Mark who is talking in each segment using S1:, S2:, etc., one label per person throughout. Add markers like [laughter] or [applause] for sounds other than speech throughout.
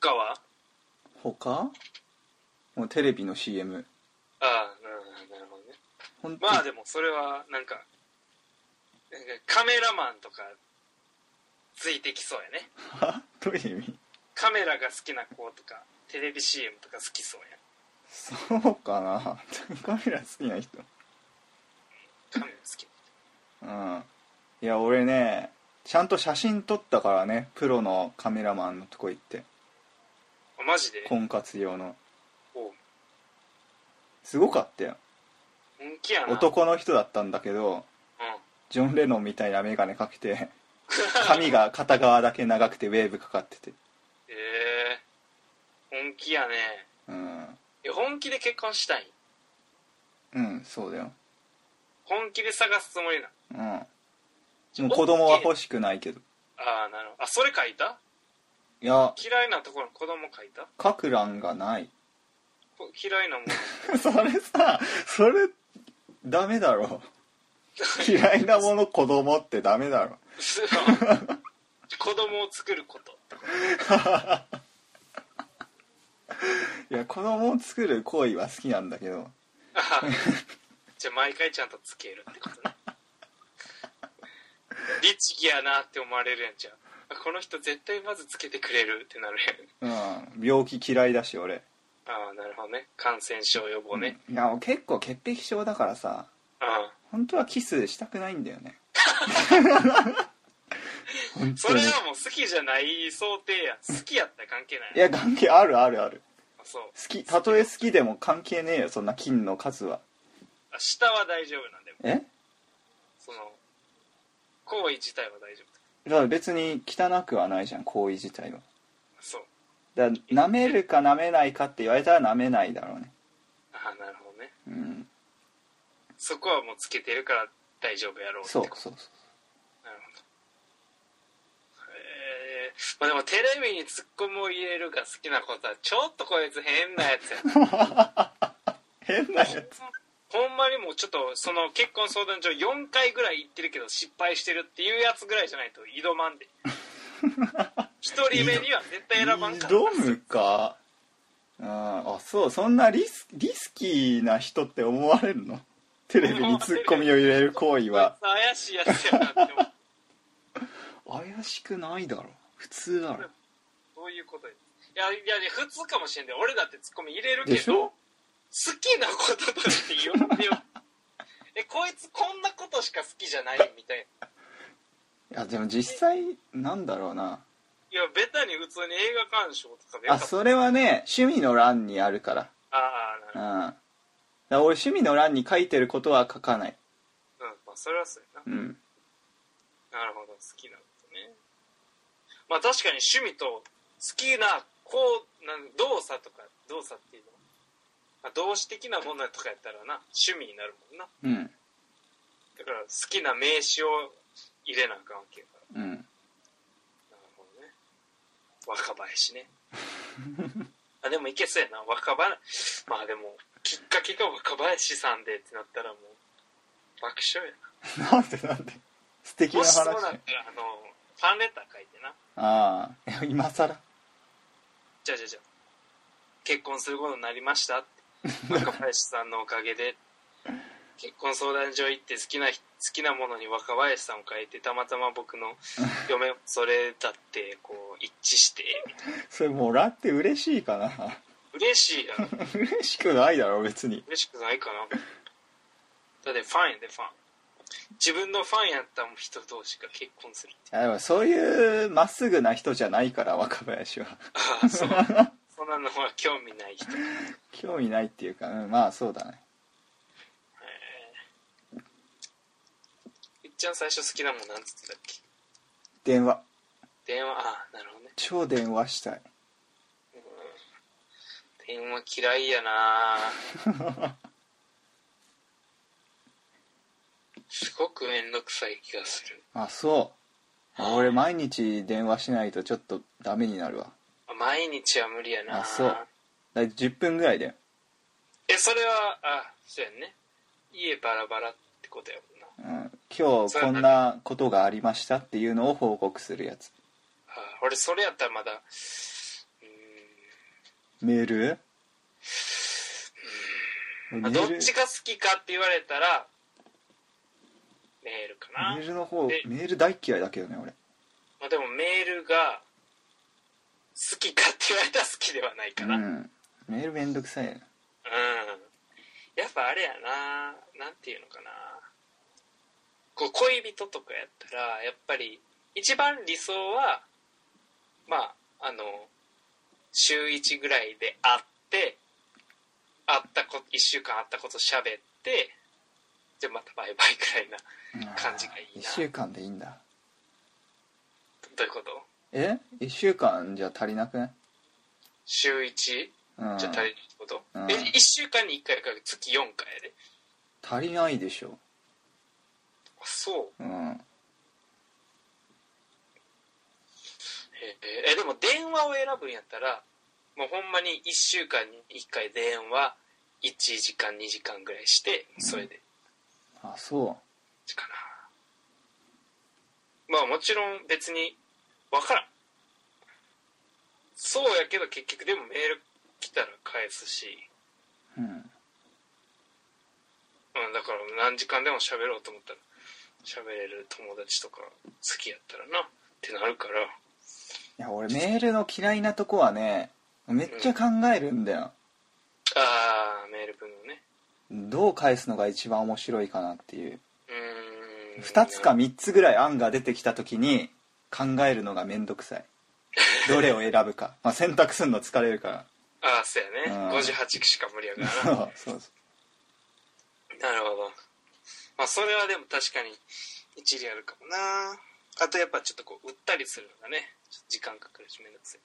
S1: 他は
S2: 他もうテレビの CM
S1: ああななるほどね
S2: ほんと
S1: まあでもそれはなんかなんかカメラマンとかついてきそうやね
S2: はどういう意味
S1: カメラが好きな子とかテレビ CM とか好きそうや
S2: そうかな [laughs] カメラ好きな人
S1: カメラ好き
S2: うんいや俺ねちゃんと写真撮ったからねプロのカメラマンのとこ行って
S1: あマジで
S2: 婚活用の
S1: おう
S2: すごかったよ
S1: 本気やな
S2: 男の人だったんだけど
S1: うん
S2: ジョン・レノンみたいな眼鏡か
S1: [laughs]
S2: けて髪が片側だけ長くてウェーブかかってて
S1: ええ本気やね
S2: うん
S1: え本気で結婚したい
S2: うんそうだよ
S1: 本気で探すつもりな
S2: うんもう子供は欲しくないけど
S1: ああなるほどあそれ書いた
S2: いや
S1: 嫌いなところの子供書いた
S2: 書く欄がない [laughs]
S1: こ嫌いなもん
S2: それさそれダメ
S1: [laughs]
S2: だろ嫌いなもの子供ってダメだろ
S1: 嘘 [laughs] 子供を作ること [laughs]
S2: いや子供を作る行為は好きなんだけ
S1: あ
S2: ど
S1: はじゃあ毎回ちゃんとつけるってことね律儀やなって思われるやんじゃんあこの人絶対まずつけてくれるってなるやん
S2: うん病気嫌いだし俺
S1: ああなるほどね感染症予防ね、
S2: いやもう結構潔癖症だからさ
S1: あ
S2: 本当はキスしたくないんだよ
S1: [laughs]
S2: ね本
S1: あそ
S2: 当
S1: れ
S2: に
S1: はもう好きじゃない想定やん好きやったら関係ない
S2: いや関係あるあるある
S1: あそう
S2: 好きたとえ好きでも関係ねえよそんな菌の数は
S1: あ下は大丈夫なんでも
S2: え
S1: その行為自体は大丈夫
S2: だから別に汚くはないじゃん行為自体は
S1: そう
S2: だから舐めるか舐めないかって言われたら舐めないだろうね
S1: ああなるほどね
S2: うん
S1: そこはもうつけてるから大丈夫やろうって
S2: そう
S1: こと
S2: そうそう
S1: なるほどえー、まあでもテレビにツッコミを入れるが好きなことはちょっとこいつ変なやつ
S2: [laughs]
S1: やな
S2: 変なやつ
S1: ほんまにもうちょっとその結婚相談所4回ぐらい行ってるけど失敗してるっていうやつぐらいじゃないと挑ま
S2: [laughs]
S1: んで一人目には絶対選ばんから
S2: 挑むかうんあそうそんなリスリスキーな人って思われるのテレビにツッコミを入れる行為は
S1: こいつ怪しいやつやなって思う
S2: 怪しくないだろ普通だろ
S1: そういうことですいやいやいや普通かもしれんで俺だってツッコミ入れるけ
S2: でし
S1: ど
S2: ょ
S1: 好きなことだって言ってよ [laughs] えこいつこんなことしか好きじゃないみたいない
S2: やでも実際なんだろうない
S1: やベタに普通に映画鑑賞とかでよ
S2: あ
S1: かった
S2: それはね趣味の欄にあるから
S1: ああ
S2: う
S1: なんる
S2: だから俺趣味の欄に書いてることは書かない
S1: ほど、うんまあ、それはそうや
S2: うん
S1: ななるほど好きなことねまあ確かに趣味と好きなこうなん動作とか動作っていうの、まあ、動詞的なものとかやったらな趣味になるもんな
S2: うん
S1: だから好きな名詞を入れなあかんわけやから
S2: うん
S1: なるほどね若林ね [laughs] あでもいけそうやな若林まあでもきっかけが若林さんでってなったらもう爆笑やな
S2: なんでなんで素敵な
S1: もしそう
S2: 話
S1: なったらあのファンレター書いてな
S2: ああいや今更
S1: じゃあじゃあじゃあ結婚することになりましたって若林さんのおかげで結婚相談所行って好きな人好きなものに若林さんを書いてたまたま僕の嫁それだってこう一致してみたいな
S2: それもらって嬉しいかな
S1: 嬉しいやろ
S2: 嬉しくないだろ別に
S1: 嬉しくないかなだってファンやでファン自分のファンやった人同士が結婚するって
S2: いやでもそういうまっすぐな人じゃないから若林は
S1: ああそうそんなのは興味ない人
S2: 興味ないっていうか、うん、まあそうだね
S1: いっちゃん最初好きなもんなんつってたっけ
S2: 電話
S1: 電話ああなるほどね
S2: 超電話したい [laughs]
S1: 電話嫌いやなすごく面倒くさい気がする
S2: あそうあ俺毎日電話しないとちょっとダメになるわ
S1: あ毎日は無理やな
S2: あそうだい10分ぐらいで
S1: えそれはあそうやんね家バラバラってことやもんな
S2: うん今日こんなことがありましたっていうのを報告するやつ
S1: あ俺それやったらまだうーん
S2: メールメ
S1: あど
S2: ール
S1: っちが好きかって言われたらメールかな
S2: メールの方メ
S1: え
S2: ール大嫌いだけどね俺
S1: まあ、でもメールが好きかって言われたら好きではないかな、
S2: うんメールめんどくさいよね
S1: うんやっぱあれやななんていうのかなこう恋人とかやったらやっぱり一番理想はまああの週1ぐらいで会って会ったこ1週間会ったこと喋ってじゃあまたバイバイぐらいな感じがいいな
S2: 1週間でいいんだ
S1: どういうこと
S2: え1週間じゃ足りなくない
S1: 週 1?
S2: うん
S1: じゃあ足りないってこと、
S2: うん
S1: え1週間に1回から月4回やで
S2: 足りないでしょ
S1: あそう
S2: うん
S1: えーえでも電話を選ぶんやったらもうほんまに1週間に1回電話1時間2時間ぐらいしてそれで
S2: あそ
S1: かな、まあもちろん別に分からんそうやけど結局でもメール来たら返すし、
S2: ううん
S1: うん、だから何時間でも喋ろうと思ったら喋れる友達とか好きやったらなってなるから
S2: いや俺メールの嫌いなとこはねめっちゃ考えるんだよ、
S1: ああメール文のね
S2: どう返すのが一番面白いかなっていう
S1: うーん
S2: 2つか3つぐらい案が出てきた時に考えるのがめんどくさいどれを選ぶか、まあ、選択するの疲れるか
S1: ああそうやね、
S2: うん
S1: 58しか無理やからら
S2: [laughs] そうそうそ
S1: ななるほどまあそれはでも確かに一理あるかもなあとやっぱちょっとこう売ったりするのがねちょっと時間かかるしめんどくさい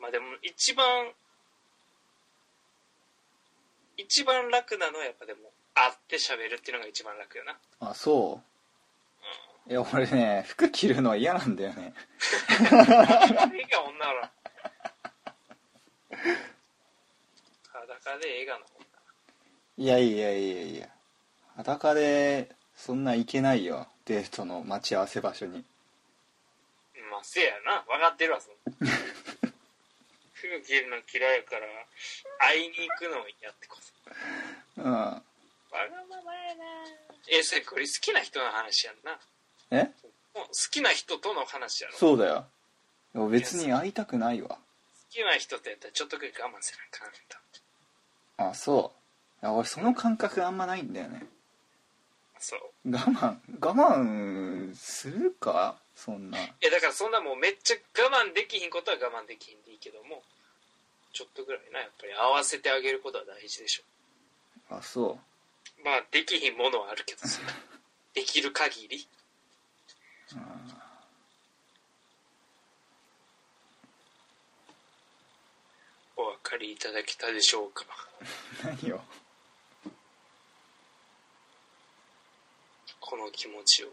S1: まあでも一番一番楽なのはやっぱでも会って喋るっていうのが一番楽よな
S2: うあそういや俺ね服着るのは嫌なんだよね
S1: ええが女ら。裸でええがな。
S2: いやいやいやいや裸でそんな行けないよデートの待ち合わせ場所に
S1: まあ、せやな。分かってるわ、そんな。服着るの嫌いやから、会いに行くのをやってこそ。
S2: う
S1: わ
S2: ん
S1: がままやな。え、それこれ好きな人の話やんな。
S2: え
S1: もう好きな人との話やろ。好
S2: そうだよでも別に会いたくないわ
S1: きな人とやったらちょっとくらい我慢せなあかんねんと
S2: あそういや俺その感覚あんまないんだよね
S1: そう。
S2: 我慢我慢するかそんな
S1: え、だからそんなもうめっちゃ我慢できひんことは我慢できひんでいいけども、ちょっとぐらいな、やっぱり合わせてあげることは大事でしょ。
S2: あそ
S1: まあできひんものはあるけ
S2: [laughs]
S1: どさできる限り
S2: う、うん、
S1: お分かりいただけたでしょうか
S2: 何よ
S1: この気持ちを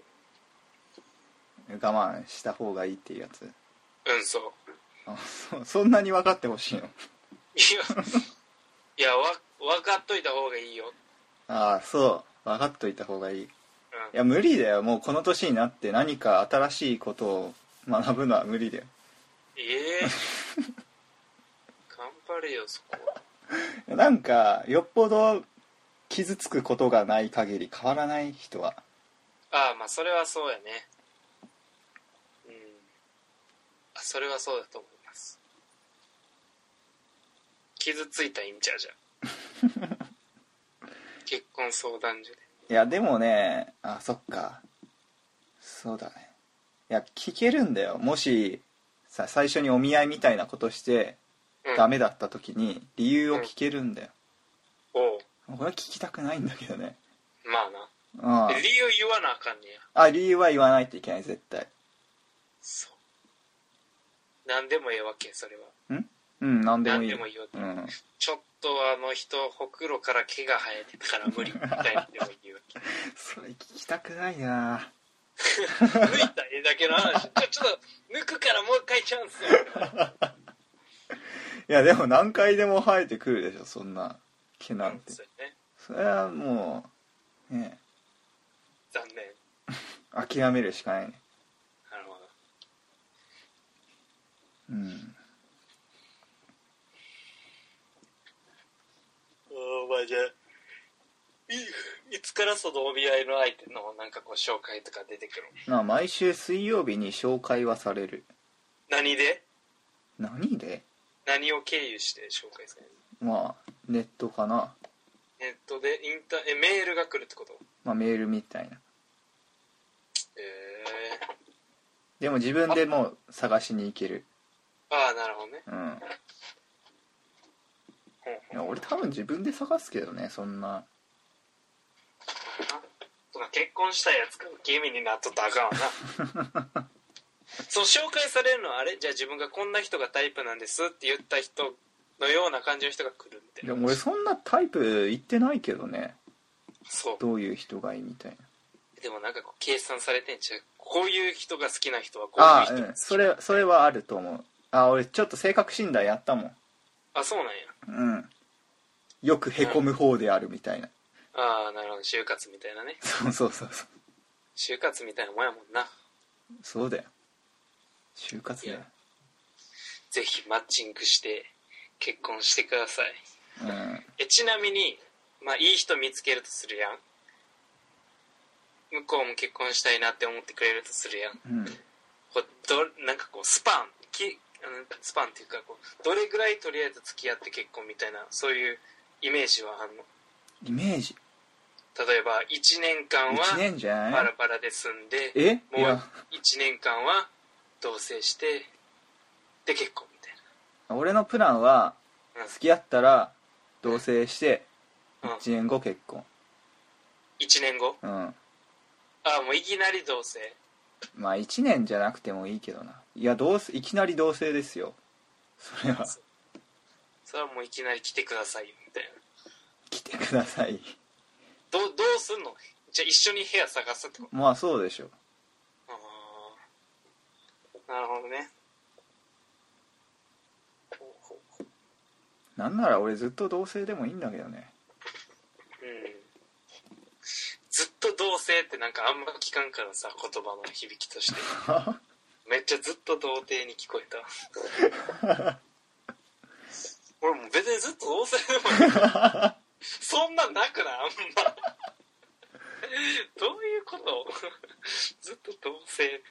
S2: 我慢した方がいいっていうやつ
S1: うん
S2: [laughs]
S1: そう
S2: あそそんなに分かってほしいの
S1: いやいやわ分かっといた方がいいよ、
S2: あそう分かっといた方がいいい
S1: うん、
S2: や無理だよもうこの年になって何か新しいことを学ぶのは無理だよ
S1: ええ
S2: [laughs]
S1: 頑張れよそこは
S2: なんかよっぽど傷つくことがない限り変わらない人は
S1: ああまあそれはそうやねうんあそれはそうだと思います傷ついたらいいんちゃうじゃん [laughs] 結婚相談所で
S2: いやでもねあそっかそうだねいや聞けるんだよもしさ最初にお見合いみたいなことして
S1: うん
S2: ダメだった時に理由を聞けるんだよ、
S1: おう
S2: 俺は聞きたくないんだけどね
S1: まあな
S2: うん
S1: 理由言わなあかんねや
S2: あ理由は言わないといけない絶対
S1: そう何でもええわけそれは
S2: うん何でも
S1: 何
S2: いい
S1: でもいいわけ
S2: うん、
S1: ちょっとあの人ほくろから毛が生えてたから無理みたいなでもいいわ [laughs] け
S2: それ聞きたくないな
S1: 抜いた絵だけの話ちょちょっと抜くからもう一回チャンスよ
S2: いやでも何回でも生えてくるでしょそんな毛なんて
S1: そうやね
S2: それはもうね
S1: 残念
S2: 諦めるしかないね
S1: なるほどいつからそのお見合いの相手のなんかこう紹介とか出てくる
S2: まあ毎週水曜日に紹介はされる
S1: 何で
S2: 何で
S1: 何を経由して紹介される
S2: まあネットかな、
S1: ネットでインタえメールが来るってこと
S2: まあ、メールみたいな
S1: ええ
S2: でも自分でもう探しに行ける
S1: ああなるほどね
S2: う
S1: ほ
S2: ん
S1: う
S2: いや俺多分自分で探すけどねそんな
S1: とか結婚したやつがゲミになっとったらあかんわなそう紹介されるのはあれじゃあ自分がこんな人がタイプなんですって言った人のような感じの人が来るみたい
S2: で
S1: な
S2: も俺そんなタイプ言ってないけどね
S1: そ
S2: どういう人がいいみたいな
S1: うでもなんかこう計算されてんじゃうこういう人が好きな人はこういう
S2: あ
S1: 人
S2: あ
S1: が
S2: う
S1: 好き
S2: んそれそれはあると思うあ俺ちょっと性格診断やったもん
S1: あそうなんや
S2: うんよくへこむ方であるみたいな、
S1: ああなるほど就活みたいなね
S2: そうそうそうそう
S1: 就活みたいなもんやもんな
S2: そうだよ就活だよ
S1: ぜひマッチングして結婚してください
S2: うん
S1: えちなみに、まあ、いい人見つけるとするやん向こうも結婚したいなって思ってくれるとするやん
S2: うん
S1: こうどなんかこうスパンきあのスパンっていうかこうどれぐらいとりあえず付き合って結婚みたいなそういうイメージはあんの
S2: イメージ
S1: 例えば1年間
S2: 1
S1: は
S2: 年じゃ
S1: バ
S2: な
S1: ラ
S2: い
S1: バラで住んで
S2: えい
S1: もう
S2: や
S1: 1年間は同棲してで結婚みたい
S2: 俺のプランは
S1: うん
S2: 付き合ったら同棲して
S1: うん
S2: 1年後結婚
S1: な1年後
S2: うん
S1: あもういきなり同棲
S2: まあ1年じゃなくてもいいけどないやどうせいきなり同棲ですよそ
S1: [laughs]
S2: れは
S1: そそれはもういきなり来てくださいよみたいな
S2: 来てください
S1: どうどうすんのじゃあ一緒に部屋探すってこと
S2: まあそうでしょ
S1: あーなるほどねほうほうほ
S2: なんなら俺ずっと同棲でもいいんだけどね [laughs]
S1: ううんずっと同棲ってなんかあんま聞かんからさ言葉の響きとしてめっちゃずっと童貞に聞こえた
S2: [laughs]
S1: 俺もう別にずっと同棲でもないそんなんなくないあんまどういうことずっと同棲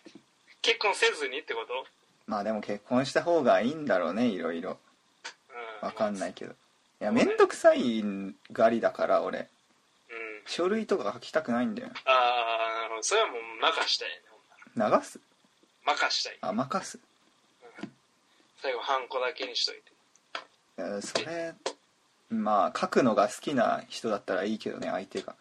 S1: 結婚せずにってこと、
S2: まあでも結婚した方がいいんだろうねいろいろわかんないいけどいやめんどくさいがりだから俺
S1: うん、
S2: 書類とか書きたくないんだよ
S1: ああなるほどそれはもう任したいね
S2: 流す
S1: 任したい
S2: あ任す
S1: 最後ハンコだけにしといて
S2: いやそれまあ書くのが好きな人だったらいいけどね相手が